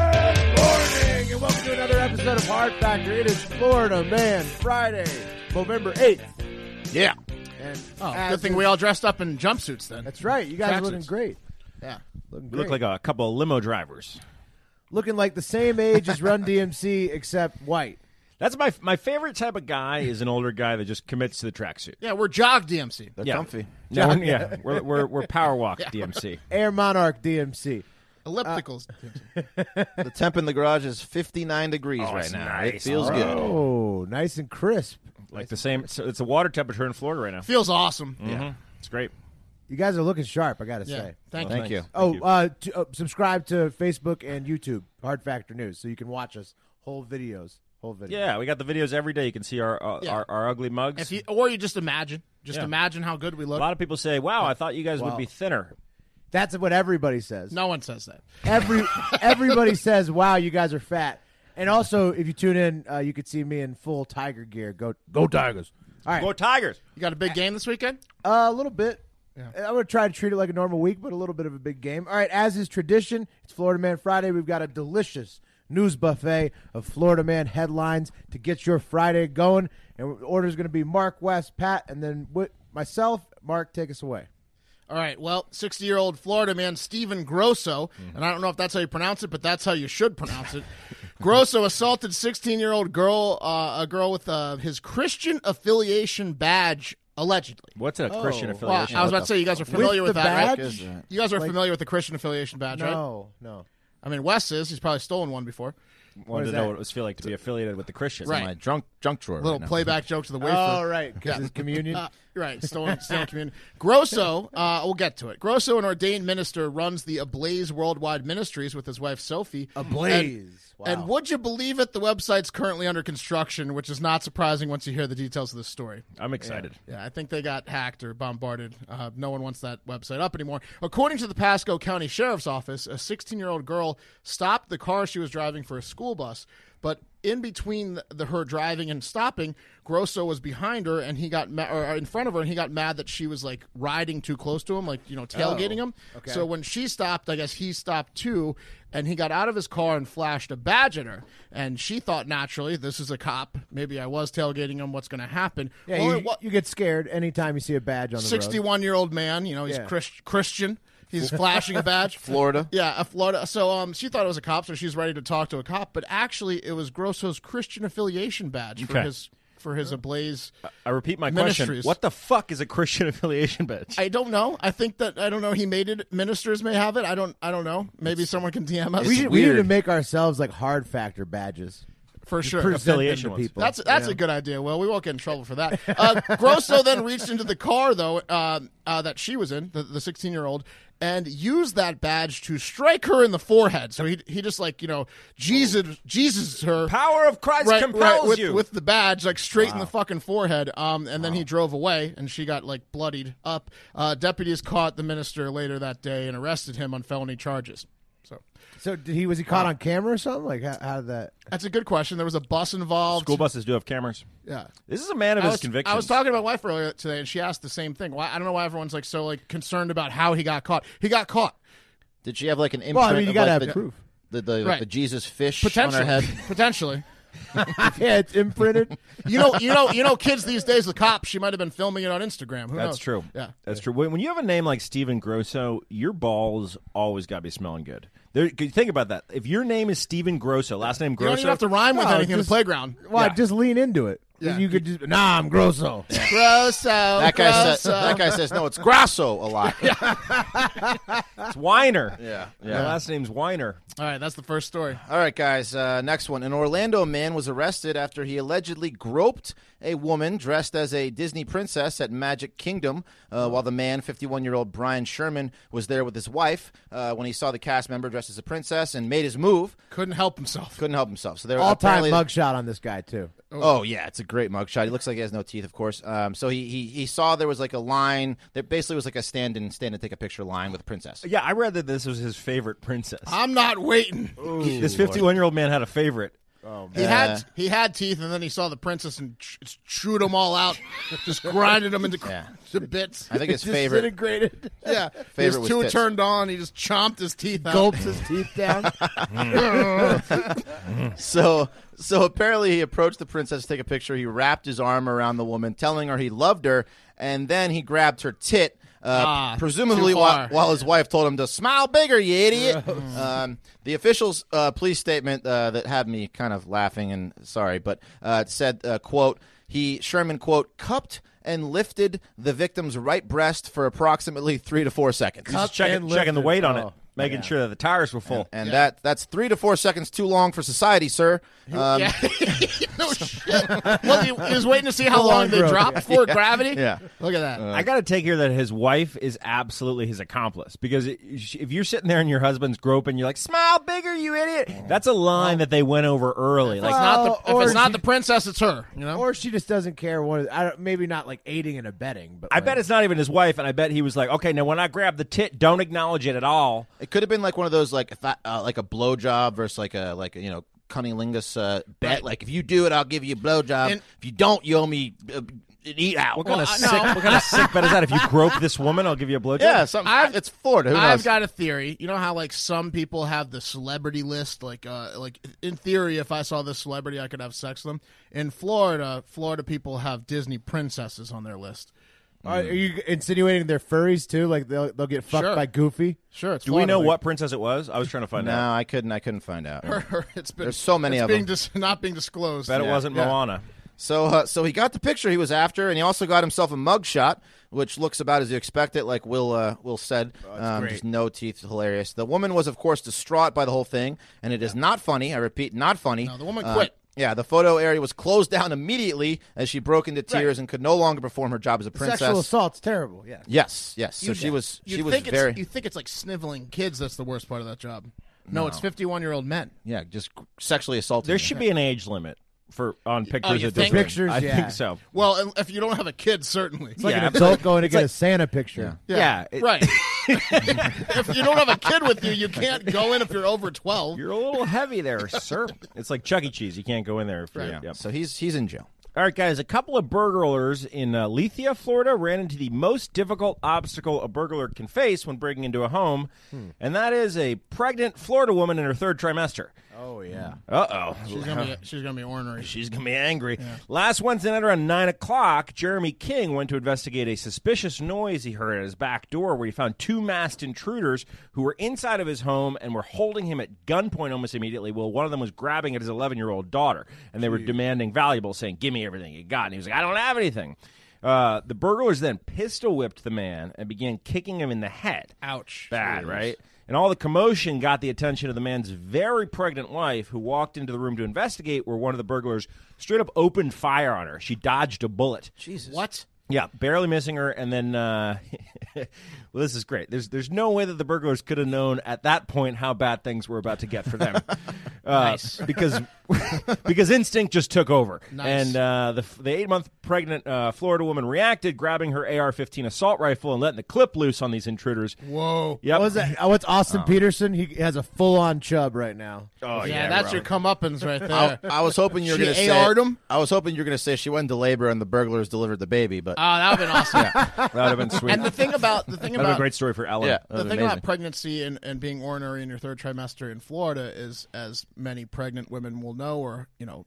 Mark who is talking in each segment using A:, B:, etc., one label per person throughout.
A: morning and welcome to another episode of Hard Factor. It is Florida Man Friday, November 8th.
B: Yeah.
A: And
B: Oh,
A: as
B: good thing
A: is-
B: we all dressed up in jumpsuits then.
A: That's right. You guys are
B: Tracksuits.
A: looking great.
B: Yeah.
C: We
A: Looking great.
C: look like a couple of limo drivers.
A: looking like the same age as Run DMC except white.
C: That's my my favorite type of guy is an older guy that just commits to the tracksuit.
B: Yeah, we're jog DMC.
D: They're
C: Yeah.
D: comfy.
C: No, yeah, we're we're, we're power walk DMC.
A: Air Monarch DMC.
B: Ellipticals.
D: The temp in the garage is 59 degrees right now. It feels good.
A: Oh, nice and crisp.
C: Like the same. so It's a water temperature in Florida right now.
B: feels awesome.
C: Yeah, it's great.
A: You guys are looking sharp, I got to
B: Yeah.
A: say.
B: Thank,
D: Thank
C: you.
D: you.
A: oh, uh, to, uh, subscribe to Facebook and YouTube, Hard Factor News, so you can watch us whole videos, whole videos.
C: Yeah, we got the videos every day. You can see our uh,
B: Yeah.
C: our, our ugly mugs.
B: If you or you just imagine, just
C: Yeah.
B: imagine how good we
C: a
B: look.
C: lot of people say, "Wow, I thought you guys
A: Wow.
C: would be thinner."
A: That's what everybody says.
B: no one says that.
A: Every everybody says, "Wow, you guys are fat." And also, if you tune in, uh, you could see me in full tiger gear. Go go Tigers! All right,
C: Go Tigers!
B: You got a big game this weekend?
A: uh, a little bit. I'm gonna try to treat it like a normal week, but a little bit of a big game. All right, as is tradition, it's Florida Man Friday. We've got a delicious news buffet of Florida Man headlines to get your Friday going. And order's gonna be Mark West, Pat, and then wi- myself. Mark, take us away.
E: All right. Well, 60 year old Florida man Steven Grosso,
C: Mm-hmm.
E: and I don't know if that's how you pronounce it, but that's how you should pronounce it. Grosso assaulted 16 year old girl, uh, a girl with uh, his Christian affiliation badge, allegedly.
C: What's a
A: Oh,
C: Christian
E: Well, I was
C: affiliation?
E: about to say you guys are familiar
A: With
E: with,
A: the
E: that,
A: badge?
E: right? You guys are familiar with the Christian affiliation badge, right?
A: No, no.
E: I mean, Wes is. He's probably stolen one before.
C: Wanted
A: is
C: to know
A: that?
C: what it was feel like to be affiliated with the Christians.
E: Right.
D: My drunk junk drawer.
E: Little
D: right
E: playback joke to the wafer.
A: All right, because it's communion.
E: Uh, right, stolen, stolen communion. Grosso, uh, we'll get to it. Grosso, an ordained minister, runs the Ablaze Worldwide Ministries with his wife Sophie.
A: Ablaze.
E: And, and
A: Wow.
E: would you believe it? The website's currently under construction, which is not surprising once you hear the details of this story.
C: I'm excited.
E: Yeah, I think they got hacked or bombarded. Uh, no one wants that website up anymore. According to the Pasco County Sheriff's Office, a 16 year old girl stopped the car she was driving for a school bus, but in between the, the her driving and stopping, Grosso was behind her and he got ma- or in front of her and he got mad that she was like riding too close to him, like you know tailgating him.
A: Oh, okay.
E: So when she stopped, I guess he stopped too, and he got out of his car and flashed a badge at her. And she thought naturally, this is a cop. Maybe I was tailgating him. What's going to happen?
A: Yeah,
E: Well,
A: you,
E: it wa-
A: you get scared anytime you see a badge on the road.
E: 61 year old man. You know, he's
A: Yeah.
E: Chris- Christian. He's flashing a badge.
D: Florida.
E: Yeah, a Florida. So um, she thought it was a cop, so she's ready to talk to a cop. But actually, it was Grosso's Christian affiliation badge for
C: Okay.
E: his for his ablaze.
C: I repeat my
E: Ministries.
C: question. What the fuck is a Christian affiliation badge?
E: I don't know. I think that I don't know. He made it. Ministers may have it. I don't. I don't know. Maybe someone can DM us
A: We, should, we need to
D: weird.
A: make ourselves like hard factor badges.
E: for sure.
A: Present them
C: affiliation
A: to
C: ones.
A: people.
E: That's that's a good idea. Well, we won't get in trouble for that. Uh, Grosso then reached into the car though uh, uh, that she was in, the sixteen year old, and used that badge to strike her in the forehead. So he he just like you know Jesus Jesus her
C: Power of Christ
E: right,
C: compels
E: right, with,
C: you.
E: with the badge like straight in the fucking forehead. Um, and then he drove away, and she got like bloodied up. Uh, deputies caught the minister later that day and arrested him on felony charges. So.
A: so did he was he caught on camera or something? Like how, how did that?
E: That's a good question. There was a bus involved.
C: School buses do have cameras.
E: Yeah.
C: This is a man of
E: I
C: his
E: was,
C: convictions.
E: I was talking to my wife earlier today, and she asked the same thing. Why I don't know why everyone's like so like concerned about how he got caught. He got caught
D: Did she have like an imprint?
A: Well, I mean, you
D: of,
A: gotta
D: like,
A: have
D: the,
A: proof.
D: The, the, like,
E: Right.
D: the Jesus fish on her
E: potentially.
D: head.
E: potentially,
A: yeah, it's imprinted.
E: you know, you know, you know, kids these days. The cops. She might have been filming it on Instagram. Who
C: That's
E: knows?
C: true.
E: Yeah.
C: that's true. When, when you have a name like Steven Grosso, your balls always got to be smelling good. There, 'cause think about that. If your name is Steven Grosso, last name
E: You
C: Grosso,
E: don't even have to rhyme with
A: No,
E: anything in the
A: just-
E: playground.
A: Why?
C: Yeah.
A: Just lean into it. You could just nah, I'm Grosso.
E: Grosso.
D: That guy says that guy says no, it's Grasso a lot. yeah.
C: It's Weiner.
D: yeah.
C: My last name's Weiner.
E: All right, that's the first story.
D: All right, guys. Uh, next one. An Orlando man was arrested after he allegedly groped a woman dressed as a Disney princess at Magic Kingdom, uh, while the man, 51-year-old Brian Sherman, was there with his wife uh, when he saw the cast member dressed as a princess and made his move.
E: Couldn't help himself.
D: Couldn't help himself. So there
A: All time
D: apparently-
A: mugshot on this guy too.
D: Oh yeah, it's a great mugshot. He looks like he has no teeth, of course. Um, so he, he he saw there was like a line. There basically was like a stand and stand and take a picture line with a princess.
C: Yeah, I read that this was his favorite princess.
E: I'm not waiting.
C: this 51 year old man had a favorite.
E: He
D: Uh,
E: had he had teeth, and then he saw the princess and ch- chewed them all out, just grinded them into,
D: Yeah.
E: to bits.
D: I think his favorite.
A: Disintegrated.
E: Yeah,
D: Favorite
E: his
D: was
E: two
D: tits.
E: turned on. He just chomped his teeth out.
A: Gulps his teeth down.
D: So so apparently he approached the princess to take a picture. He wrapped his arm around the woman, telling her he loved her, and then he grabbed her tit. Uh,
E: Ah,
D: presumably,
E: too
D: while,
E: far. Hmm.
D: while his wife told him to smile bigger, you idiot. Um, the official's uh, police statement uh, that had me kind of laughing and sorry, but uh, it said, uh, "quote He Sherman quote cupped and lifted the victim's right breast for approximately three to four seconds."
C: He's just checking, checking the weight
E: Oh,
C: on it, making sure that the tires were full.
D: and that that's three to four seconds too long for society, sir. Um,
E: Yeah. no shit. Well, he, he was waiting to see how long they dropped for gravity.
D: Yeah.
E: Look at that.
C: I got to take here that his wife is absolutely his accomplice because it, if you're sitting there and your husband's groping, you're like, "Smile bigger, you idiot." That's a line that they went over early.
E: It's
C: Like,
E: not the,
A: Well,
E: if
A: or
E: it's not
A: you-
E: the princess, it's her. You know.
A: or she just doesn't care what. I don't, maybe not like aiding and abetting, but
C: I
A: like-
C: bet it's not even his wife, and I bet he was like, "Okay, now when I grab the tit, don't acknowledge it at all."
D: It could have been like one of those like if I- uh, like a blowjob versus like a like you know cunnilingus uh, bet. Like if you do it, I'll give you a blowjob.
E: And-
D: if you don't, you owe me uh, an eat out.
C: What kind of
E: I-
C: sick?
E: no.
C: What kind of sick bet is that? If you grope this woman, I'll give you a blowjob.
D: yeah, something.
E: I've-
D: it's Florida. Who
E: I've
D: knows?
E: got a theory. You know how like some people have the celebrity list. Like, uh, like in theory, if I saw this celebrity, I could have sex with them. In Florida, Florida people have Disney princesses on their list.
A: Are you insinuating they're furries too? Like they'll they'll get fucked
E: Sure.
A: by Goofy.
E: Sure, it's
C: Do we know
E: Florida.
C: what princess it was? I was trying to find out.
D: no, I couldn't. I couldn't find out.
E: it's been,
D: There's so many
E: it's
D: of
E: being
D: them.
E: Dis- not being disclosed.
C: Bet it
E: Yeah.
C: wasn't
E: Yeah.
C: Moana.
D: So, uh, so he got the picture he was after, and he also got himself a mugshot, which looks about as you expect it. Like Will, uh, Will said,
E: Oh,
D: um, just no teeth, hilarious. The woman was, of course, distraught by the whole thing, and it is not funny. I repeat, not funny.
E: No, the woman
D: Uh,
E: quit.
D: yeah, the photo area was closed down immediately as she broke into tears and could no longer perform her job as a princess.
A: Sexual assault's terrible. Yeah.
D: Yes, yes. So she was,
E: You
D: she was
E: think it's-
D: very,
E: You think it's like sniveling kids? That's the worst part of that job. No, it's fifty-one-year-old men.
D: yeah, just sexually assaulted.
C: There
D: her.
C: should be an age limit for on pictures
E: Oh, you
C: of
E: think?
C: Disney.
A: Pictures,
C: I
A: yeah.
C: think so.
E: Well, and if you don't have a kid, certainly.
C: yeah,
A: An adult going to get a Santa picture.
C: yeah. it-
E: Right. if you don't have a kid with you, you can't go in if you're over 12.
C: You're a little heavy there, sir. It's like Chuck E. Cheese. You can't go in there. If you're,
D: Yeah.
C: yep.
D: So he's he's in jail.
C: All right, guys. A couple of burglars in uh, Lethia, Florida, ran into the most difficult obstacle a burglar can face when breaking into a home, and that is a pregnant Florida woman in her third trimester.
A: Oh yeah.
C: Uh oh.
E: She's gonna be she's gonna be ornery.
C: She's going to be angry. Last Wednesday night around 9 o'clock, Jeremy King went to investigate a suspicious noise he heard at his back door where he found two masked intruders who were inside of his home and were holding him at gunpoint almost immediately. Well, one of them was grabbing at his 11 year old daughter and they were demanding valuables, saying, Give me everything you got. And he was like, I don't have anything. Uh, the burglars then pistol whipped the man and began kicking him in the head.
E: Ouch.
C: Bad, right? And all the commotion got the attention of the man's very pregnant wife, who walked into the room to investigate, where one of the burglars straight up opened fire on her. She dodged a bullet.
E: What?
C: Yeah, barely missing her. And then, uh, well, this is great. There's there's no way that the burglars could have known at that point how bad things were about to get for them, uh, because because instinct just took over.
E: Nice.
C: And uh, the the eight month pregnant uh, Florida woman reacted, grabbing her AR-15 assault rifle and letting the clip loose on these intruders.
E: Whoa.
C: Yep.
A: What was that? Oh, it's Austin Peterson. He has a full on chub right now.
C: Oh
E: yeah, that's your comeuppance right there.
D: I was hoping you were
E: She
D: going to say.
E: AR'd him?
D: I was hoping you were going to say she went into labor and the burglars delivered the baby, but
E: Oh, that would have been awesome.
C: that would have been sweet.
E: And the thing about the thing
C: That'd be a
E: about
C: great story for Ellen.
D: Yeah.
E: the
D: That'd be
E: thing
D: amazing.
E: about pregnancy and, and being ornery in your third trimester in Florida is, as many pregnant women will know, or you know,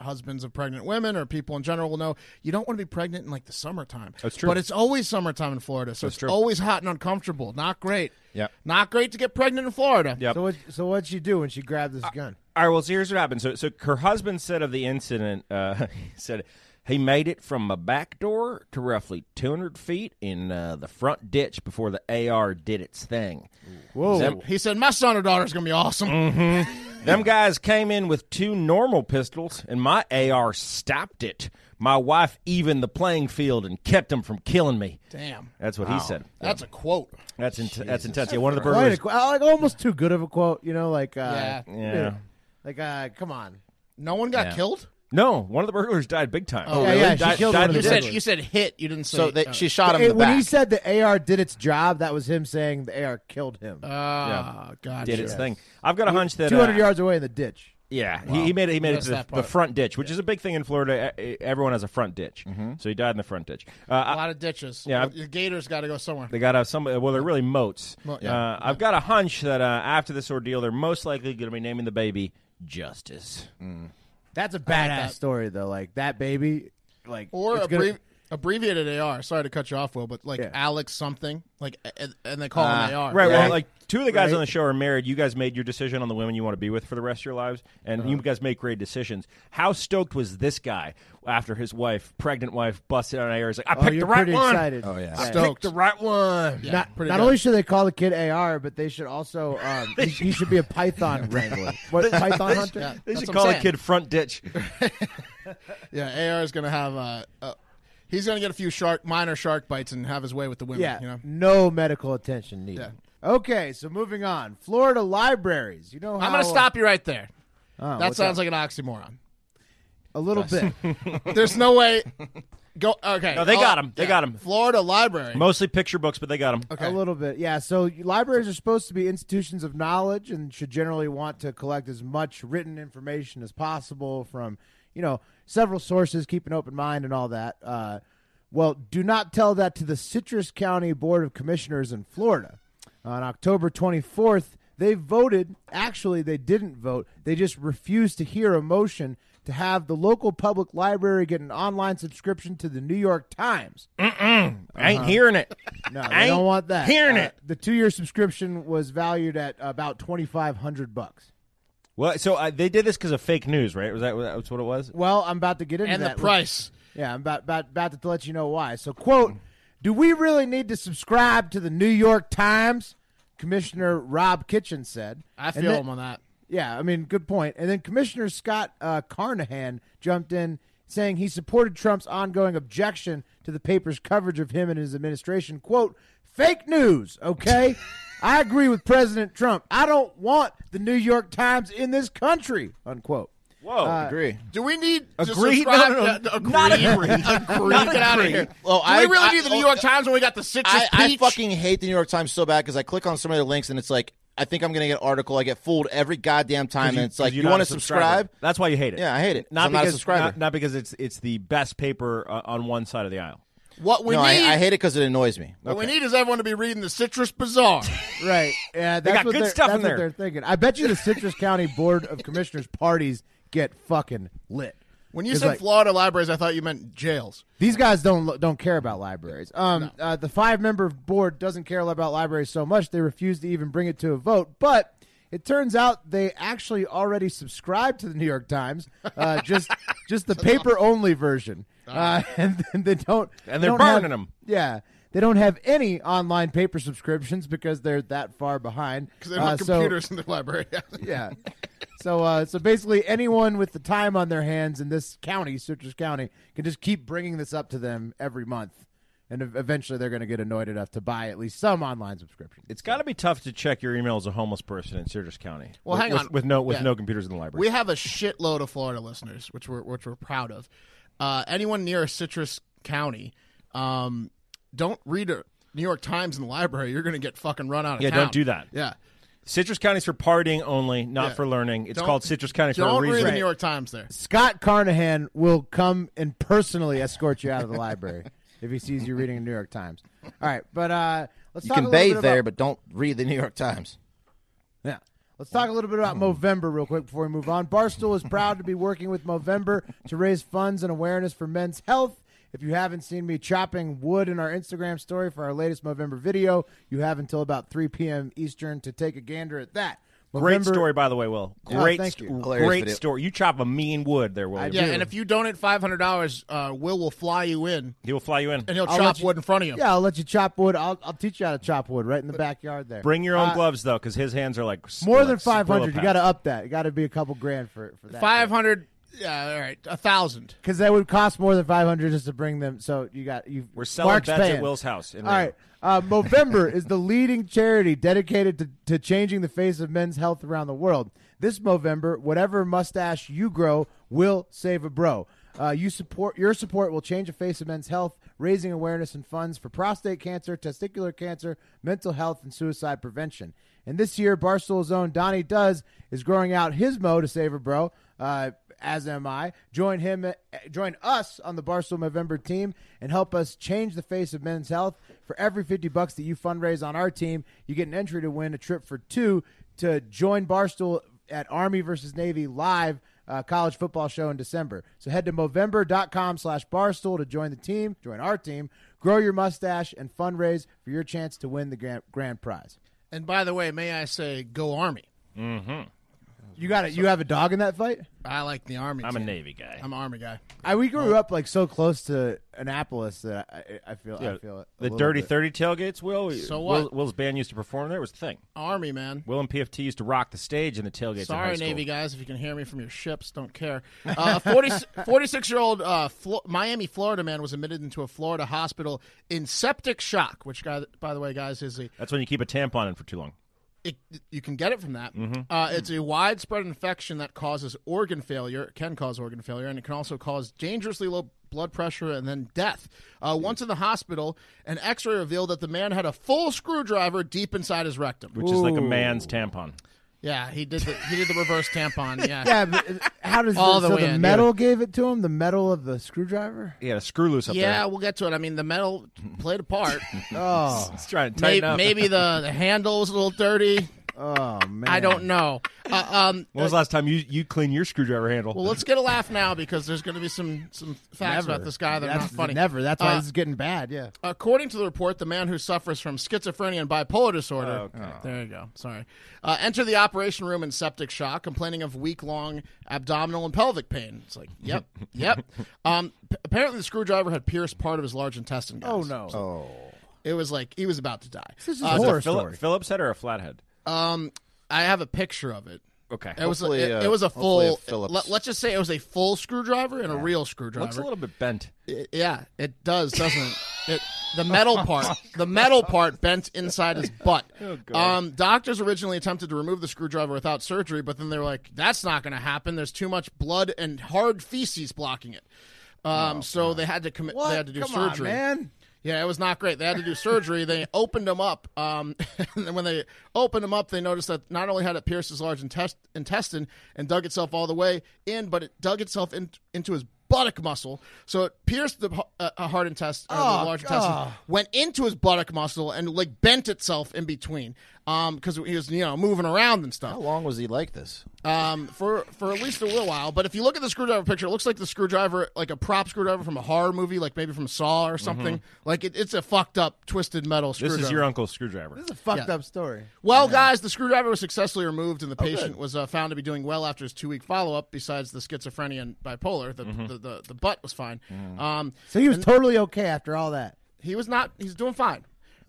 E: husbands of pregnant women or people in general will know, you don't want to be pregnant in like the summertime. That's
C: true.
E: But it's always summertime in Florida, so it's
C: true.
E: always hot and uncomfortable. Not great.
D: Yep.
E: Not great to get pregnant in Florida.
C: Yep.
A: So what? So what'd she do when she grabbed this gun?
C: All right, well, so here's what happened. So, so her husband said of the incident, uh, he said, He made it from a back door to roughly 200 feet in uh, the front ditch before the AR did its thing.
A: Whoa.
C: Them,
E: He said, "My son or daughter's gonna be awesome."
C: them guys came in with two normal pistols, and my AR stopped it. My wife evened the playing field and kept them from killing me.
E: Damn,
C: That's what he said.
E: that's a quote.
C: That's in- that's intense. Yeah, one of the
A: Quite a
C: burglars.
A: qu- I like almost too good of a quote, you know, like uh
E: Yeah.
C: Yeah.
A: like uh come on.
E: No one got killed.
C: No, one of the burglars died big time. Oh,
A: yeah, yeah, she
C: Died,
A: killed one
C: died
A: of the
B: You
C: in the
B: said
C: ditch.
B: you said hit. You didn't say.
D: So they,
B: uh,
D: she shot him
A: Hey,
D: in the
A: when he
D: back.
A: said the AR did its job, that was him saying the AR killed him.
E: Ah, gotcha.
C: did its thing. I've got a hunch that uh,
A: 200 yards away in the ditch.
C: Yeah, he, he made it. He made it
E: Missed
C: to the,
E: that
C: the
E: part.
C: front ditch, which is a big thing in Florida. E- e- Everyone has a front ditch, so he died in the front ditch.
E: A
C: Uh, I,
E: lot of ditches.
C: Yeah.
E: the Gators got to go somewhere.
C: they got to some. uh, Well, they're really moats.
E: yeah.
C: Uh, I've got a hunch that uh, after this ordeal, they're most likely going to be naming the baby Justice.
A: That's a badass story though. Like that baby like
E: Or
A: it's
E: abbrevi-
A: gonna-
E: abbreviated AR. Sorry to cut you off, Will, but like
A: Yeah. Ah,
E: Alex something, like, and, and they call him AR.
C: Right.
E: Yeah.
C: Well, like two of the guys on the show are married. You guys made your decision on the women you want to be with for the rest of your lives, and you guys make great decisions. How stoked was this guy after his wife, pregnant wife, busted on air? He's like, I
A: Oh,
C: picked
A: you're
C: the right
A: pretty
C: one.
A: excited.
D: Oh, yeah.
C: I
E: Stoked.
C: picked the right one.
E: Yeah,
A: Not,
E: pretty
A: not
E: good.
A: only should they call the kid AR, but they should also um, he, he should be a python wrangler. What python hunter?
C: They
E: That's
C: should
E: what I'm
C: call a
E: saying.
C: kid front ditch.
E: yeah, AR is gonna have uh, uh, he's gonna get a few shark, minor shark bites, and have his way with the women.
A: Yeah,
E: you know.
A: no medical attention needed. Okay, so moving on. Florida libraries. You know, how, uh,
E: I'm gonna stop you right there.
A: Oh,
E: that
A: what's up?
E: sounds like an oxymoron.
A: a little bit.
E: There's no way. Go okay.
C: No, they
E: Oh,
C: got 'em. They
E: yeah.
C: got 'em.
E: Florida Library.
C: Mostly picture books, but they got them.
A: A little bit, yeah. So libraries are supposed to be institutions of knowledge and should generally want to collect as much written information as possible from, you know, several sources, keep an open mind and all that. Uh, well, do not tell that to the Citrus County Board of Commissioners in Florida. On October 24th, they voted. Actually, they didn't vote. They just refused to hear a motion to have the local public library get an online subscription to the New York Times.
C: I
E: Uh-huh.
C: ain't hearing it.
A: No,
C: I
A: I don't
C: ain't
A: want that.
C: hearing
A: Uh,
C: it.
A: The two-year subscription was valued at about twenty-five hundred bucks.
C: Well, so uh, they did this because of fake news, right? Was that that's what it was?
A: Well, I'm about to get into
E: and the
A: that.
E: price.
A: Yeah, I'm about, about about to let you know why. So, quote: Do we really need to subscribe to the New York Times? Commissioner Rob Kitchen said.
E: I
A: And
E: feel
A: then-
E: him on that.
A: Yeah, I mean, good point. And then Commissioner Scott uh, Carnahan jumped in saying he supported Trump's ongoing objection to the paper's coverage of him and his administration. Quote, fake news, okay? I agree with President Trump. I don't want the New York Times in this country, unquote.
C: Whoa!
E: Uh,
D: Agree.
E: Do we need to
C: Agreed? No,
E: subscribe-
C: no, no.
E: Yeah, agree?
C: Not
E: agree. Get out of here.
D: Well,
E: Do
D: I-
E: we really
D: I-
E: need the
D: oh,
E: New York Times when we got the Citrus
D: I, I
E: Peach?
D: fucking hate the New York Times so bad because I click on some of their links and it's like I think I'm gonna get an article. I get fooled every goddamn time, and it's like you want to subscribe.
C: That's why you hate it.
D: Yeah, I hate it, 'cause
C: Not
D: I'm
C: because
D: not a subscriber.
C: Not, not because it's it's the best paper uh, on one side of the aisle.
E: What we
D: No,
E: need,
D: I, I hate it because it annoys me.
E: what we need is everyone to be reading the Citrus Bazaar.
A: Right. Yeah, that's
C: got
A: what
C: good
A: they're-
C: stuff
A: that's
C: in
A: what
C: there.
A: they're thinking. I bet you the Citrus County Board of Commissioners parties get fucking lit.
E: when you
A: It's
E: said
A: like-
E: Florida libraries, I thought you meant jails.
A: These guys don't lo- don't care about libraries. Um, uh, the five member board doesn't care about libraries so much they refuse to even bring it to a vote. But it turns out they actually already subscribe to the New York Times, uh, just just the paper only version, uh, and then they don't.
C: And
A: they
C: they're
A: don't have-
C: burning 'em.
A: Yeah, they don't have any online paper subscriptions because they're that far behind.
E: Because they don't have
A: Uh, so-
E: computers in the library.
A: yeah. So, uh, so basically, anyone with the time on their hands in this county, Citrus County, can just keep bringing this up to them every month, and ev- eventually they're going to get annoyed enough to buy at least some online subscription.
C: It's got to be tough to check your email as a homeless person in Syracuse County.
E: Well,
C: with,
E: hang
C: with-
E: on.
C: With no with
E: Yeah.
C: no computers in the library.
E: We have a shitload of Florida listeners, which we're which we're proud of. Uh, anyone near a Citrus County, um, don't read a New York Times in the library. You're gonna get fucking run out of
C: yeah,
E: town.
C: don't do that.
E: Yeah,
C: Citrus County's for partying only, not
E: Yeah.
C: for learning. It's
E: Don't-
C: called Citrus County for a
E: don't read
C: reason.
E: the New York Times there.
A: Scott Carnahan will come and personally escort you out of the library if he sees you reading a New York Times. All right, but uh, let's
D: You
A: talk a
D: can
A: little bit
D: bathe
A: about-
D: there, but don't read the New York Times.
A: Yeah. Let's talk a little bit about Movember real quick before we move on. Barstool is proud to be working with Movember to raise funds and awareness for men's health. If you haven't seen me chopping wood in our Instagram story for our latest Movember video, you have until about 3 p.m. Eastern to take a gander at that.
C: Great
A: November-
C: story, by the way, Will.
D: Yeah,
C: Great,
D: thank you.
C: st-
D: Hilarious
C: great
D: video.
C: story. You chop a mean wood there, Will.
E: Yeah, and if you donate five hundred dollars, uh, Will will fly you in,
C: he will fly you in.
E: and he'll
A: I'll
E: chop
A: let you-
E: wood in front of you.
A: Yeah, I'll let you chop wood. I'll, I'll teach you how to chop wood right in the backyard there.
C: Bring your own
A: Uh,
C: gloves though, because his hands are like s-
A: More
C: like
A: than
C: s-
A: five hundred. You
C: pillow
A: got to
C: packs.
A: up that. You got to be a couple grand for for that.
E: Five hundred. Yeah, all right, a thousand.
A: because that would cost more than five hundred just to bring them. So you got you.
C: We're selling
A: Mark's
C: bets
A: paying.
C: at Will's house. In
A: All right. Uh, Movember is the leading charity dedicated to, to changing the face of men's health around the world. This Movember, whatever mustache you grow will save a bro. Uh, you support your support will change the face of men's health, raising awareness and funds for prostate cancer, testicular cancer, mental health, and suicide prevention. And this year, Barstool's own Donnie Does is growing out his mo to save a bro. Uh, as am I. Join him, uh, join us on the Barstool November team, and help us change the face of men's health. For every fifty bucks that you fundraise on our team, you get an entry to win a trip for two to join Barstool at Army versus Navy live uh, college football show in December. So head to Movember.com slash Barstool to join the team, join our team, grow your mustache, and fundraise for your chance to win the grand, grand prize.
E: And by the way, may I say, go Army.
A: You got it. You have a dog in that fight.
E: I like the Army.
C: I'm a
E: team.
C: Navy guy.
E: I'm an Army guy.
A: I, we grew up like so close to Annapolis that I, I feel I feel it. a
C: the
A: little
C: Dirty
A: bit.
C: Thirty tailgates. Will,
E: So
C: Will-
E: what?
C: Will's band used to perform there. It was the thing.
E: Army man.
C: Will and PFT used to rock the stage in the tailgates. in high
E: Sorry,
C: school.
E: Navy guys, if you can hear me from your ships, don't care. Uh, a 40, 46 year old uh, Flo- Miami, Florida man was admitted into a Florida hospital in septic shock, which, guy, by the way, guys, is a
C: That's when you keep a tampon in for too long.
E: it, you can get it from that.
C: Mm-hmm.
E: Uh, it's a widespread infection that causes organ failure, can cause organ failure, and it can also cause dangerously low blood pressure and then death. Uh, once in the hospital, an x ray revealed that the man had a full screwdriver deep inside his rectum.
C: which is like a man's tampon.
E: Yeah, he did the, he did the reverse tampon. Yeah.
A: Yeah, but uh, how does
E: All the
A: the, so
E: way
A: the
E: in.
A: metal gave it to him? The metal of the screwdriver?
C: Yeah, a screw loose up
E: Yeah,
C: there.
E: we'll get to it. I mean, the metal played a part.
A: Oh,
C: Let's try and tighten
E: maybe
C: up.
E: maybe the, the handle was a little dirty.
A: oh man!
E: I don't know. Uh, um,
C: When was the last time you you clean your screwdriver handle?
E: well, let's get a laugh now because there's going to be some some facts about this guy that are not
A: That's
E: funny.
A: Never. That's why
E: Uh,
A: this is getting bad. Yeah.
E: According to the report, the man who suffers from schizophrenia and bipolar disorder.
C: Okay.
E: There you go. Sorry. Uh, entered the operation room in septic shock, complaining of week long abdominal and pelvic pain. It's like, yep, yep. Um, p- apparently, the screwdriver had pierced part of his large intestine. guys.
A: Oh no.
E: It was like he was about to die.
A: This is
E: Uh,
A: a
C: Was it a
A: horror
C: Philip-
A: story.
C: Phillips head or a flathead?
E: Um, I have a picture of it.
C: Okay.
E: It was a,
D: Hopefully,
E: it,
D: uh,
E: it was a
D: hopefully a
E: full.
D: Phillips.
E: let, us just say it was a full screwdriver and a real screwdriver.
C: Looks a little bit bent.
E: It- yeah, it does, doesn't it? It, the metal
A: Oh,
E: part, the metal part bent inside his butt. um, doctors originally attempted to remove the screwdriver without surgery, but then they were like, "That's not going to happen. There's too much blood and hard feces blocking it."
D: Oh,
E: Um, so they had to commit. They had to do
A: Come
E: surgery.
A: on, man.
E: Yeah, it was not great. They had to do surgery. They opened him up. Um, and then when they opened him up, they noticed that not only had it pierced his large intest- intestine and dug itself all the way in, but it dug itself in- into his buttock muscle. So it pierced the uh, uh, hard intestine, the large intestine, went into his buttock muscle and like bent itself in between because he was you know moving around and stuff
D: How long was he like this?
E: um, for for at least a little while. But if you look at the screwdriver picture, it looks like the screwdriver, like a prop screwdriver from a horror movie, like maybe from Saw
D: Mm-hmm.
E: or something. Like it, it's a fucked up, twisted metal
C: This
E: screwdriver.
C: is your uncle's screwdriver.
A: This is a fucked
E: Yeah.
A: up story.
E: well, guys, the screwdriver was successfully removed,
D: Oh,
E: and the patient was uh, found to be doing well after his two week follow up. Besides the schizophrenia and bipolar, the
D: Mm-hmm.
E: the, the, the butt was fine. Um,
A: So he was totally okay after all that.
E: he was not. He's doing fine.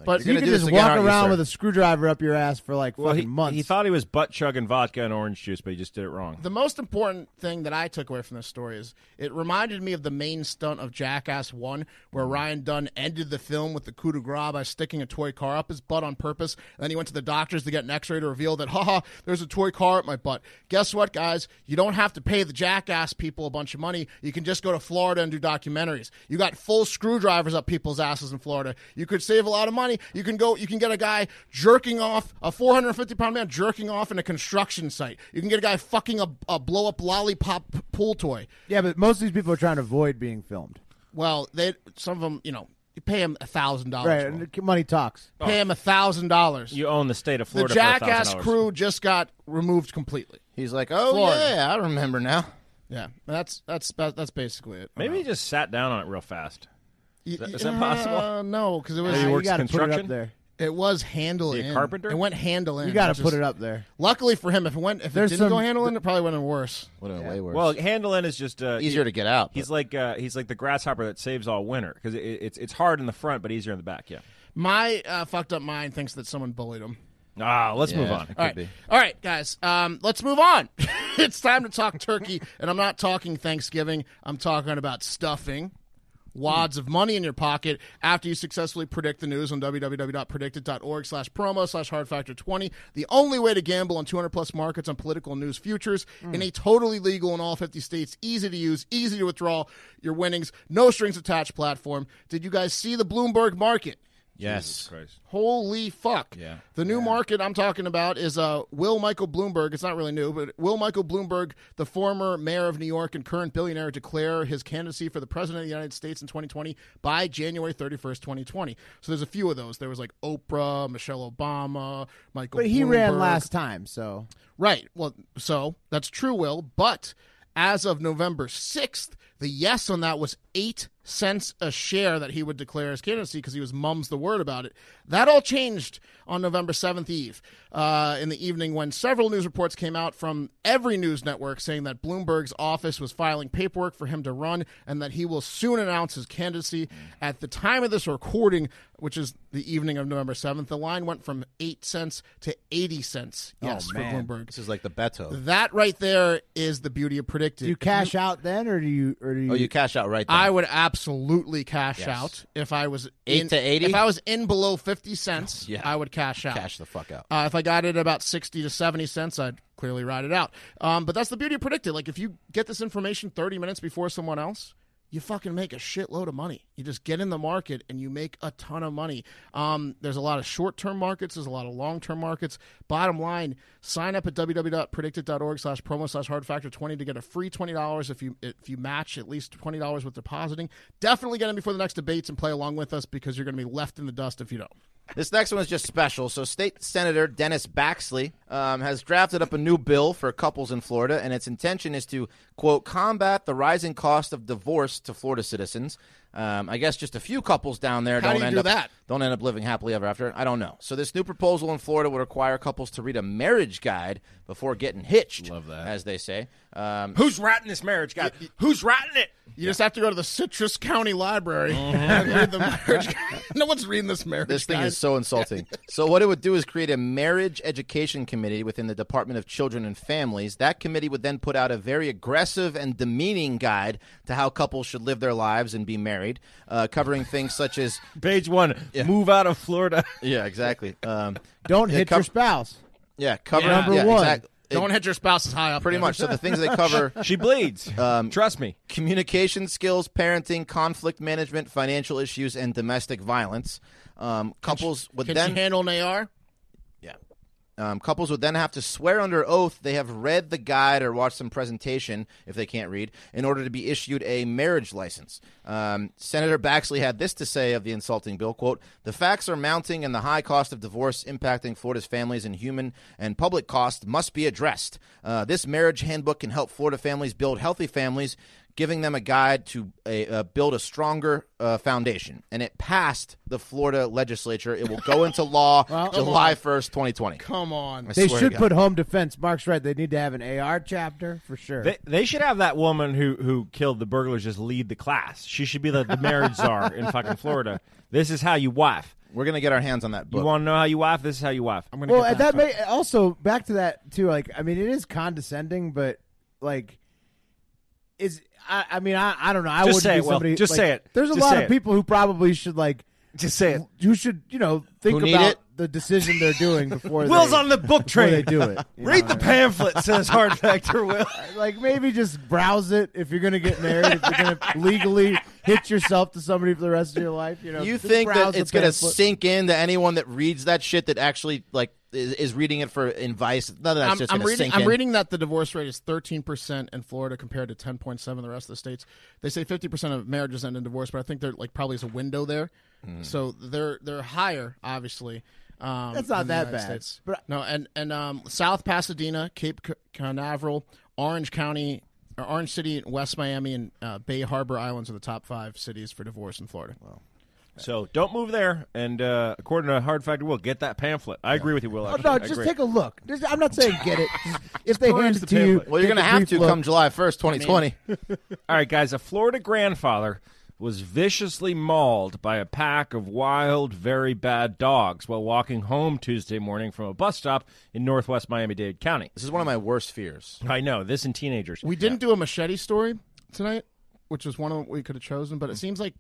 E: But
A: You
D: You're
A: could
D: gonna do
A: just
D: this again,
A: walk
D: aren't you,
A: around
D: sir?
A: with a screwdriver up your ass for like
C: Well,
A: fucking
C: he,
A: months.
C: he thought he was butt chugging vodka and orange juice, but he just did it wrong.
E: the most important thing that I took away from this story is it reminded me of the main stunt of Jackass 1, where Ryan Dunn ended the film with the coup de grace by sticking a toy car up his butt on purpose. And then he went to the doctors to get an x ray to reveal that, haha, there's a toy car up my butt. Guess what, guys? You don't have to pay the Jackass people a bunch of money. You can just go to Florida and do documentaries. You got full screwdrivers up people's asses in Florida. You could save a lot of money. You can go, you can get a guy jerking off, a 450 pound man jerking off in a construction site. You can get a guy fucking a, a blow up lollipop p- pool toy.
A: yeah, but most of these people are trying to avoid being filmed.
E: Well, they, some of them, you know, you pay him a thousand
A: Right.
E: dollars.
A: and Money talks.
E: Pay him a thousand dollars.
C: Oh. You own the state of
E: The
C: Florida. for
E: jackass
C: $1,000.
E: crew just got removed completely.
D: He's like, oh
E: Florida.
D: yeah, I remember now.
E: Yeah, that's that's that's basically it. Uh,
C: Maybe he just sat down on it real fast.
E: Is
C: that possible?
E: uh, no, because it was
C: Maybe he
A: you
C: works
A: gotta put it up
C: construction
A: there.
E: It was handle
C: The
E: in.
C: carpenter?
E: It went handle in.
A: You got
E: which
A: to put
E: is-
A: it up there.
E: Luckily for him, if it went, if
A: There's
E: it didn't go
A: some-
E: handle in, it probably would have been worse.
D: Would have been way worse.
C: Well, Handelin is just uh,
D: easier to get out.
C: He's
D: but-
C: like uh, he's like the grasshopper that saves all winter because it, it's it's hard in the front but easier in the back. Yeah.
E: My uh, fucked up mind thinks that someone bullied him.
C: Ah, let's move
D: Yeah.
C: on.
E: All right. All right, guys. Um, let's move on. it's time to talk turkey, and I'm not talking Thanksgiving. I'm talking about stuffing wads of money in your pocket after you successfully predict the news on www.predictit.org slash promo slash hard factor 20 the only way to gamble on 200 plus markets on political news futures in a totally legal in all 50 states easy to use easy to withdraw your winnings no strings attached platform did you guys see the bloomberg market
D: yes,
E: Holy fuck. Yeah. The new market I'm talking about is uh, Will Michael Bloomberg. It's not really new, but Will Michael Bloomberg, the former mayor of New York and current billionaire, declare his candidacy for the president of the United States in 2020 by January 31st, 2020. So there's a few of those. There was like Oprah, Michelle Obama, Michael
A: But he ran
E: Bloomberg.
A: last time, so
E: Right. Well, so that's true, Will. But as of November 6th, the yes on that was eight cents a share that he would declare his candidacy because he was mums the word about it. That all changed on November 7th Eve uh, in the evening when several news reports came out from every news network saying that Bloomberg's office was filing paperwork for him to run and that he will soon announce his candidacy. At the time of this recording, which is the evening of November 7th, the line went from 8 cents to 80 cents. Yes, for Bloomberg.
D: this is like the Beto.
E: That right there is the beauty of predictive.
A: do you cash out then, or do you or do you?
D: Oh, you cash out right. Then.
E: I would absolutely cash out if I was
D: Eight
E: in,
D: to 80?
E: If I was in below fifty cents,
D: Yeah.
E: I would cash out.
D: cash the fuck out.
E: Uh, if I got it at about 60 to 70 cents, I'd clearly ride it out. Um, but that's the beauty of predicted. Like, if you get this information 30 minutes before someone else, you fucking make a shitload of money. You just get in the market and you make a ton of money. Um, there's a lot of short term markets, there's a lot of long term markets. Bottom line, sign up at www.predicted.org slash promo slash hard factor 20 to get a free $20 if you if you match at least $20 with depositing. Definitely get in before the next debates and play along with us because you're going to be left in the dust if you don't.
D: This next one is just special. So, State Senator Dennis Baxley um, has drafted up a new bill for couples in Florida, and its intention is to, quote, combat the rising cost of divorce to Florida citizens. Um, I guess just a few couples down there
E: How do
D: don't
E: you
D: end
E: do
D: up
E: that?
D: don't end up living happily ever after. I don't know. So, this new proposal in Florida would require couples to read a marriage guide before getting hitched. Love that, as they say. Um,
C: Who's ratting this marriage guy? Who's ratting it?
E: You just have to go to the Citrus County Library and read the marriage. guide. no one's reading this marriage.
D: Uh-huh. This thing
E: guide.
D: is so insulting. so what it would do is create a marriage education committee within the Department of Children and Families. That committee would then put out a very aggressive and demeaning guide to how couples should live their lives and be married, uh, covering things such as
C: Page one. Move out of Florida.
D: yeah, exactly. Um,
A: don't
D: it
A: hit your
D: cov-
A: spouse.
D: Yeah, cover
A: Number
D: yeah,
A: one.
D: exact- it-
E: Don't hit your spouses high up.
D: pretty
E: there.
D: much. So the things they cover.
C: she bleeds. Trust me.
D: communication skills, parenting, conflict management, financial issues, and domestic violence. Um, couples would
E: Can
D: then
E: she handle an AR?
D: Um, couples would then have to swear under oath they have read the guide or watched some presentation, if they can't read, in order to be issued a marriage license. Um, Senator Baxley had this to say of the insulting bill, quote, The facts are mounting and the high cost of divorce impacting Florida's families and human and public costs must be addressed. Uh, this marriage handbook can help Florida families build healthy families, giving them a guide to a, uh, build a stronger uh, foundation. And it passed the Florida legislature. It will go into law July 1st, 2020.
E: Come on.
D: swear
A: They
D: to
A: should
D: God.
A: put home defense. Mark's right. They need to have an AR chapter for sure.
C: They, they should have that woman who, who killed the burglars just lead the class. She should be like the marriage czar in fucking Florida. This is how you wife.
D: We're gonna get our hands on that book.
C: You want to know how you wife? This is how you wife.
A: well, and that may also back to that too. Like, I mean, it is condescending, but like, is I, I mean, I, I don't know. I
C: Just
A: wouldn't
C: say
A: be
C: it, Will.
A: somebody.
C: Just
A: like,
C: say it.
A: There's a
C: Just
A: lot
C: say
A: of
C: it.
A: people who probably should like
C: Just say it.
A: who should you know think
D: Who need
A: about
D: it?
A: the decision they're doing before
C: Will's
A: they,
C: on the book
A: before
C: train.
A: they do it. you
C: Read
A: know?
C: the pamphlet, says Hard Factor Will.
A: like maybe just browse it if you're gonna get married if you're gonna legally hitch yourself to somebody for the rest of your life. You know,
D: you
A: just
D: think
A: browse
D: that
A: the
D: it's gonna
A: pamphlet.
D: sink into anyone that reads that shit that actually like is, is reading it for advice? None of that's
E: I'm,
D: just
E: I'm
D: gonna
E: reading.
D: sink
E: I'm
D: in.
E: reading that the divorce rate is 13% in Florida compared to 10.7 in the rest of the states. They say 50% of marriages end in divorce, but I think there like probably is a window there,
D: Hmm.
E: so they're they're higher, obviously. Um,
A: That's not
E: in the
A: that
E: United
A: bad,
E: States.
A: but-
E: no, and and um, South Pasadena, Cape C- Canaveral, Orange County. or Orange City, West Miami, and uh, Bay Harbor Islands are the top five cities for divorce in Florida.
C: So don't move there. And uh, according to Hard Factor Will, get that pamphlet. I agree with you, Will.
A: Oh,
C: Actually.
A: no,
C: I
A: just
C: agree.
A: take a look. Just- I'm not saying get it. if they hand
C: peruse
A: it
C: the
A: to you,
C: pamphlet.
D: Well, you're
A: take
D: going to
A: a
D: have
A: brief
D: to
A: look.
D: come July 1st, 2020.
C: All right, guys. A Florida grandfather was viciously mauled by a pack of wild, very bad dogs while walking home Tuesday morning from a bus stop in northwest Miami Dade County.
D: this is one of my worst fears.
C: I know this in teenagers.
E: We didn't do a machete story tonight, which was one of we could have chosen, but it
C: Mm.
E: seems like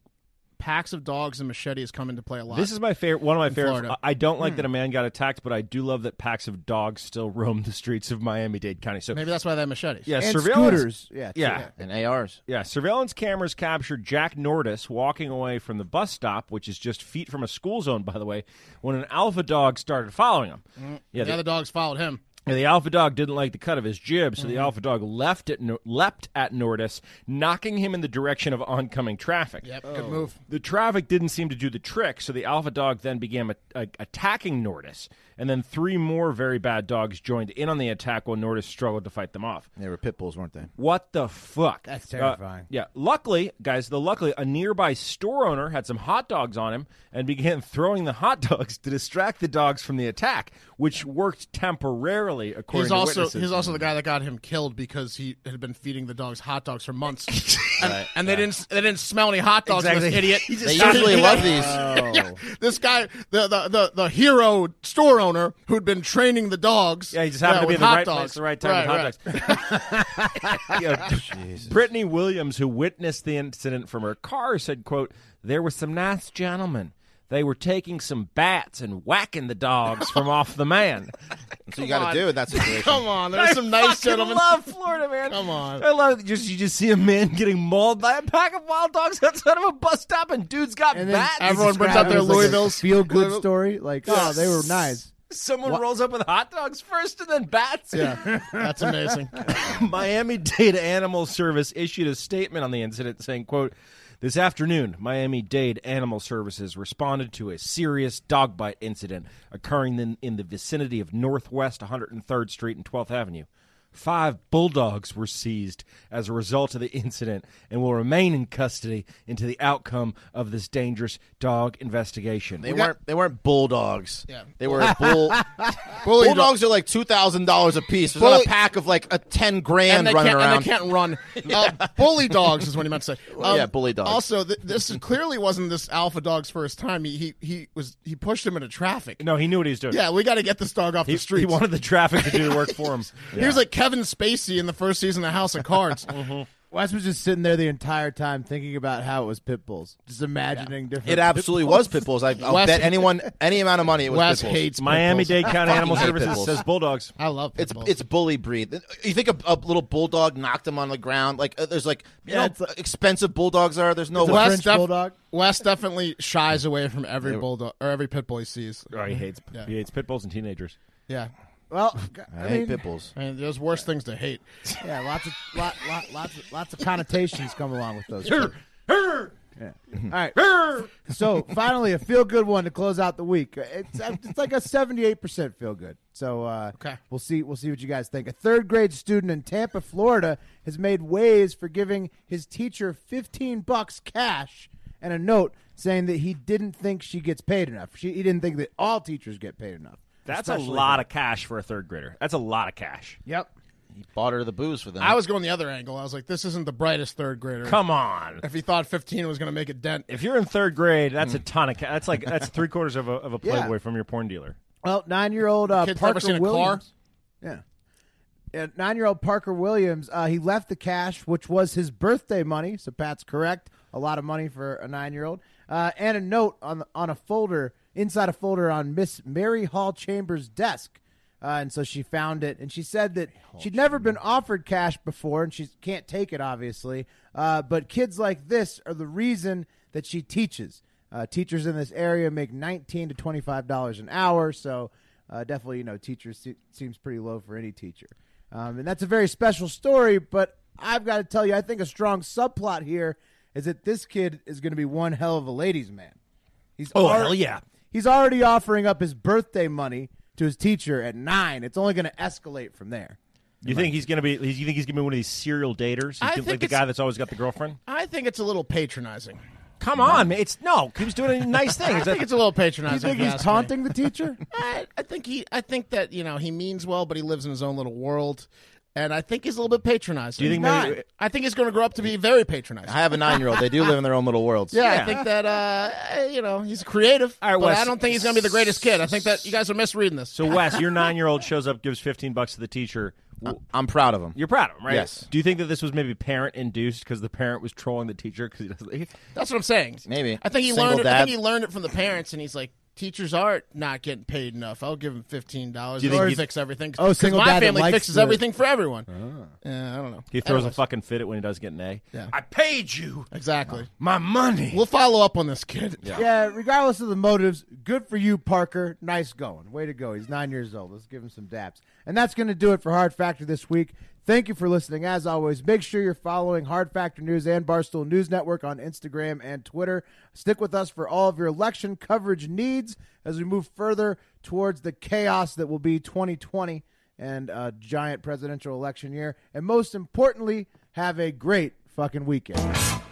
E: packs of dogs and machetes come into play a lot.
C: This is my favorite. One of my favorites.
E: Florida. Hmm.
C: I I don't like that a man got attacked, but I do love that packs of dogs still roam the streets of Miami Dade County. So
E: maybe that's why they have machetes.
C: yeah,
A: And
C: surveillance.
A: scooters. Yeah, too.
C: Yeah,
D: And ARs.
C: yeah. Surveillance cameras captured Jack Nordis walking away from the bus stop, which is just feet from a school zone, by the way, when an alpha dog started following him. Yeah,
E: Mm, The
C: the,
E: other dogs followed him.
C: yeah, the alpha dog didn't like the cut of his jib, so the
E: Mm.
C: alpha dog left at, Nor- leapt at Nordis, knocking him in the direction of oncoming traffic.
E: Yep, good move.
C: The traffic didn't seem to do the trick, so the alpha dog then began a- a- attacking Nordis, and then three more very bad dogs joined in on the attack while Nordis struggled to fight them off.
D: They were pit bulls, weren't they?
C: What the fuck?
A: That's
C: Uh,
A: terrifying.
C: yeah. Luckily, guys, the luckily a nearby store owner had some hot dogs on him and began throwing the hot dogs to distract the dogs from the attack, which worked temporarily according
E: He's
C: to
E: also
C: witnesses. Mm.
E: he's also the guy that got him killed because he had been feeding the dogs hot dogs for months, and, and they didn't they didn't smell any hot dogs.
C: Exactly.
E: This idiot.
D: They usually love these.
E: Yeah,
C: Oh.
E: this guy, the, the the the hero store owner who'd been training the dogs.
C: Yeah, he just happened to be
E: with
C: in the
E: hot
C: right
E: dogs.
C: place, at the right time.
E: Right,
C: with hot dogs. Yeah. Brittany Williams, who witnessed the incident from her car, said, "quote There were some nice gentlemen. They were taking some bats and whacking the dogs from off the man."
D: So you got
E: on.
D: to do with that situation.
E: Come on, there's some nice
C: fucking
E: gentlemen.
C: love Florida, man.
E: Come on.
C: I love just you just see a man getting mauled by a pack of wild dogs outside of a bus stop, and dude's got
A: And then
C: bats.
E: everyone brings
A: describe
E: out their
A: it as, like, a
E: Louisville's-
A: feel-good
E: Louisville-
A: story. Like, oh, they were nice.
C: Someone rolls up with hot dogs first, and then bats.
E: Yeah, that's amazing.
C: Miami Dade Animal Service issued a statement on the incident saying, quote, this afternoon, Miami Dade Animal Services responded to a serious dog bite incident occurring in, in the vicinity of Northwest 103rd Street and 12th Avenue. Five bulldogs were seized as a result of the incident and will remain in custody until the outcome of this dangerous dog investigation.
D: They weren't. They weren't bulldogs.
E: Yeah.
D: They were bull. bulldogs are like two thousand dollars a piece. There's not
E: Bully-
D: a pack of like a ten
E: and
D: grand
E: they
D: running
E: can't, And
D: around.
E: they can't run. Uh, bully dogs is what he meant to say. Um,
D: Well, yeah, bully dogs.
E: Also, th- this is, clearly wasn't this alpha dog's first time. He, he he was he pushed him into traffic.
C: no, he knew what he was doing.
E: Yeah, we got to get this dog off
C: he,
E: the streets.
C: he wanted the traffic to do the work for him.
E: Here's like Kevin Spacey in the first season of House of Cards.
A: Wes was just sitting there the entire time thinking about how it was pit bulls, just imagining different.
D: It absolutely was pit bulls. I, I'll
E: Wes-
D: bet anyone any amount of money it was
E: Wes
D: pit bulls.
E: hates
C: Miami Dade County Animal
D: hate
C: Services
D: pitbulls.
C: says bulldogs.
E: I love pit
D: It's
E: bulls.
D: it's bully breed. You think a, a little bulldog knocked him on the ground? Like uh, there's like you
A: Yeah,
D: know
A: it's
D: how expensive bulldogs are. There's no way.
E: Wes
A: French
E: def-
A: bulldog.
E: Wes definitely shies away from every bulldog or every pit bull he sees.
C: Oh, he hates
E: Yeah.
C: he hates pit bulls and teenagers.
E: Yeah,
A: Well, I,
D: I
A: mean,
D: hate pit bulls.
E: I mean, there's worse things to hate.
A: yeah, lots of lot, lot, lots of lots of connotations come along with those. two. All right. so finally, a feel good one to close out the week. It's it's like a seventy eight percent feel good. So uh,
E: Okay.
A: we'll see we'll see what you guys think. A third grade student in Tampa, Florida, has made waves for giving his teacher fifteen bucks cash and a note saying that he didn't think she gets paid enough. She, he didn't think that all teachers get paid enough.
C: That's a lot of cash for a third grader. That's a lot of cash.
A: Yep.
D: He bought her the booze for them.
E: I was going the other angle. I was like, this isn't the brightest third grader.
C: Come on.
E: If he thought 15 was going to make a dent,
C: If you're in third grade, that's a ton of cash. That's like that's three quarters of a of a
A: Yeah.
C: playboy from your porn dealer.
A: Well, nine-year-old uh,
E: Kid's never
A: Parker
E: seen a car.
A: Williams. Yeah. Yeah, nine-year-old Parker Williams. Uh, he left the cash, which was his birthday money. So Pat's correct. A lot of money for a nine-year-old, uh, and a note on on a folder inside a folder on Miss Mary Hall Chambers' desk. Uh, and so she found it, and she said that she'd never been offered cash before, and she can't take it, obviously. Uh, but kids like this are the reason that she teaches. Uh, teachers in this area make nineteen to twenty-five dollars an hour, so uh, definitely, you know, teachers se- seems pretty low for any teacher, um, and that's a very special story. But I've got to tell you, I think a strong subplot here is that this kid is going to be one hell of a ladies' man. He's
C: Oh,
A: alre-
C: hell yeah.
A: He's already offering up his birthday money to his teacher at nine. It's only going to escalate from there.
C: You think he's gonna be? he's- You think he's gonna be one of these serial daters? He's
E: I
C: gonna-
E: think
C: like the
E: it's-
C: guy that's always got the girlfriend.
E: I think it's a little patronizing.
C: Come on, man. It's no. He was doing a nice
E: I
C: thing. It's
E: think
C: a-
E: it's a little
A: You
E: patronizing.
A: think
E: if you
A: he's
E: ask me.
A: taunting the teacher?
E: I, I think he. I think that you know he means well, but he lives in his own little world, and I think he's a little bit patronizing. Do
C: you think maybe-
E: I think he's going to grow up to be very patronizing.
D: I have a nine-year-old. They do live in their own little worlds.
E: yeah, I think that uh, you know he's creative,
C: All right,
E: but
C: Wes.
E: I don't think he's going to be the greatest kid. I think that you guys are misreading this.
C: so Wes, your nine-year-old shows up, gives fifteen bucks to the teacher. W-
D: I'm proud of him.
C: You're proud of him, right?
D: Yes.
C: Do you think that this was maybe parent-induced because the parent was trolling the teacher because he doesn't? He,
E: That's what I'm saying.
D: Maybe.
E: I think he
D: Single
E: learned. It, I
D: dad.
E: think he learned it from the parents, and he's like, teachers are not getting paid enough. I'll give him fifteen dollars.
C: you think
E: Or
C: he-
E: fix everything.
A: Oh,
E: 'Cause
A: single
E: my
A: dad that
E: family
A: likes
E: fixes
A: the-
E: everything for everyone. Yeah, I don't know.
C: he throws a
E: Anyways,
C: fucking fit when he does get an A.
E: Yeah.
C: I paid you
E: Exactly.
C: my money.
E: We'll follow up on this kid.
A: yeah, regardless of the motives, good for you, Parker. Nice going. Way to go. He's nine years old. Let's give him some daps. And that's going to do it for Hard Factor this week. Thank you for listening. As always, make sure you're following Hard Factor News and Barstool News Network on Instagram and Twitter. Stick with us for all of your election coverage needs as we move further towards the chaos that will be 2020 and a giant presidential election year. And most importantly, have a great fucking weekend.